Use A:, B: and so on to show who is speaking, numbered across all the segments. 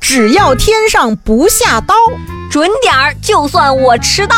A: 只要天上不下刀。
B: 准点儿，就算我迟到。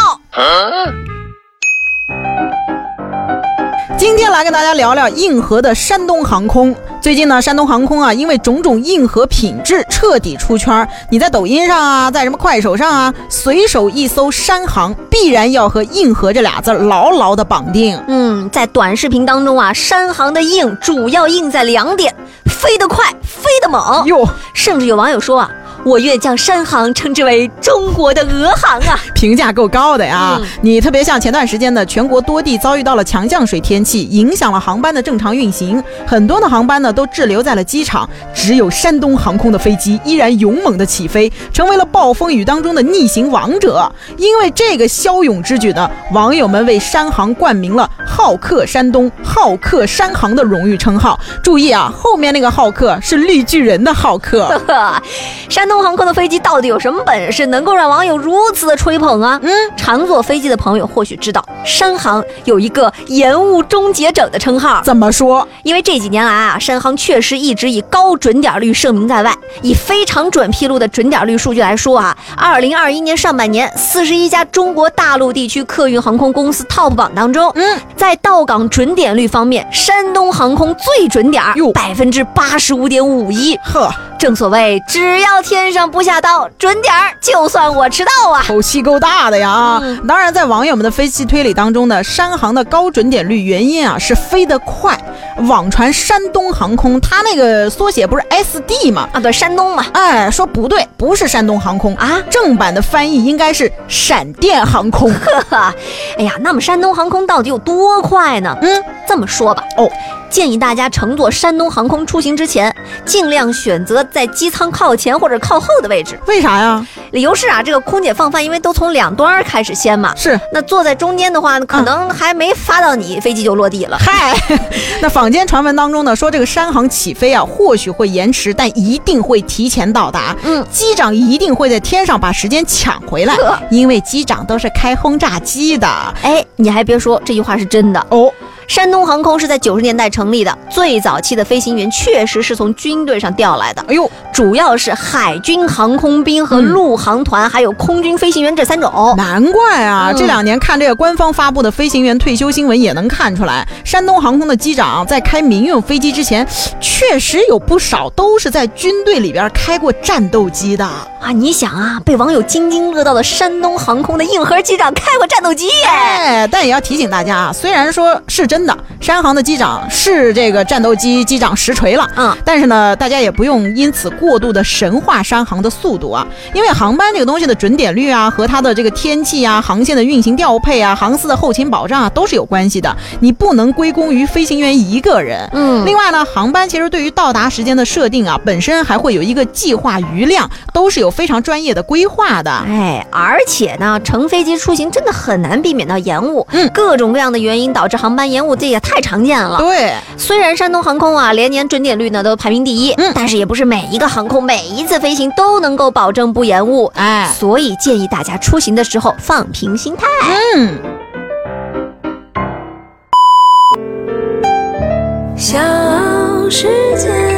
A: 今天来跟大家聊聊硬核的山东航空。最近呢，山东航空啊，因为种种硬核品质彻底出圈儿。你在抖音上啊，在什么快手上啊，随手一搜山航，必然要和硬核这俩字儿牢牢的绑定。
B: 嗯，在短视频当中啊，山航的硬主要硬在两点：飞得快，飞得猛。
A: 哟，
B: 甚至有网友说啊，我愿将山航称之为中国的俄航啊。
A: 评价够高的呀！
B: 嗯
A: 你特别像前段时间的全国多地遭遇到了强降水天气，影响了航班的正常运行，很多的航班呢都滞留在了机场，只有山东航空的飞机依然勇猛的起飞，成为了暴风雨当中的逆行王者。因为这个骁勇之举呢，网友们为山航冠名了“好客山东”“好客山航”的荣誉称号。注意啊，后面那个“好客”是绿巨人的“好客”。
B: 山东航空的飞机到底有什么本事，能够让网友如此的吹捧啊？嗯，常坐飞机的朋友或许知道，山航有一个“延误终结者”的称号。
A: 怎么说？
B: 因为这几年来啊，山航确实一直以高准点率盛名在外。以非常准披露的准点率数据来说啊，二零二一年上半年，四十一家中国大陆地区客运航空公司 TOP 榜当中，
A: 嗯，
B: 在到港准点率方面，山东航空最准点儿
A: 哟，
B: 百分之八十五点五一。
A: 呵，
B: 正所谓，只要天上不下刀，准点儿就算我迟到啊。
A: 口气够大的呀！啊
B: 嗯！
A: 当然，在网友们的分析推理当中呢，山航的高准点率原因啊是飞得快。网传山东航空，它那个缩写不是 SD 吗？
B: 啊，对，山东嘛，
A: 哎，说不对，不是山东航空
B: 啊
A: 正版的翻译应该是闪电航空。
B: 呵呵，哎呀，那么山东航空到底有多快呢？
A: 嗯，
B: 这么说吧，
A: 哦，
B: 建议大家乘坐山东航空出行之前，尽量选择在机舱靠前或者靠后的位置。
A: 为啥呀？
B: 理由是啊，这个空姐放饭，因为都从两端儿开始掀嘛。
A: 是
B: 那坐在中间的话，可能还没发到你，飞机就落地了。
A: 嗨， 那坊间传闻当中呢，说这个山航起飞啊，或许会延迟，但一定会提前到达。
B: 嗯，
A: 机长一定会在天上把时间抢回来
B: 呵，
A: 因为机长都是开轰炸机的。
B: 哎，你还别说，这句话是真的。
A: 哦，
B: 山东航空是在九十年代成立的，最早期的飞行员确实是从军队上调来的，
A: 哎呦，
B: 主要是海军航空兵和陆航团，还有空军飞行员这三种。
A: 难怪啊！
B: 嗯
A: 这两年看这个官方发布的飞行员退休新闻，也能看出来，山东航空的机长在开民用飞机之前，确实有不少都是在军队里边开过战斗机的。
B: 啊，你想啊，被网友津津乐道的山东航空的硬核机长开过战斗机耶！
A: 哎，但也要提醒大家啊，虽然说是真的，山航的机长是这个战斗机机长实锤了，
B: 嗯，
A: 但是呢，大家也不用因此过度的神化山航的速度啊，因为航班这个东西的准点率啊，和它的这个天气啊、航线的运行调配啊、航司的后勤保障啊，都是有关系的。你不能归功于飞行员一个人。
B: 嗯
A: 另外呢，航班其实对于到达时间的设定啊，本身还会有一个计划余量，都是有非常专业的规划的。
B: 哎，而且呢，乘飞机出行真的很难避免到延误，
A: 嗯
B: 各种各样的原因导致航班延误，这也太常见了。
A: 对，
B: 虽然山东航空啊连年准点率呢都排名第一，
A: 嗯
B: 但是也不是每一个航空每一次飞行都能够保证不延误，
A: 哎，
B: 所以建议大家出行的时候放平心态。
A: 嗯。
C: 小世界。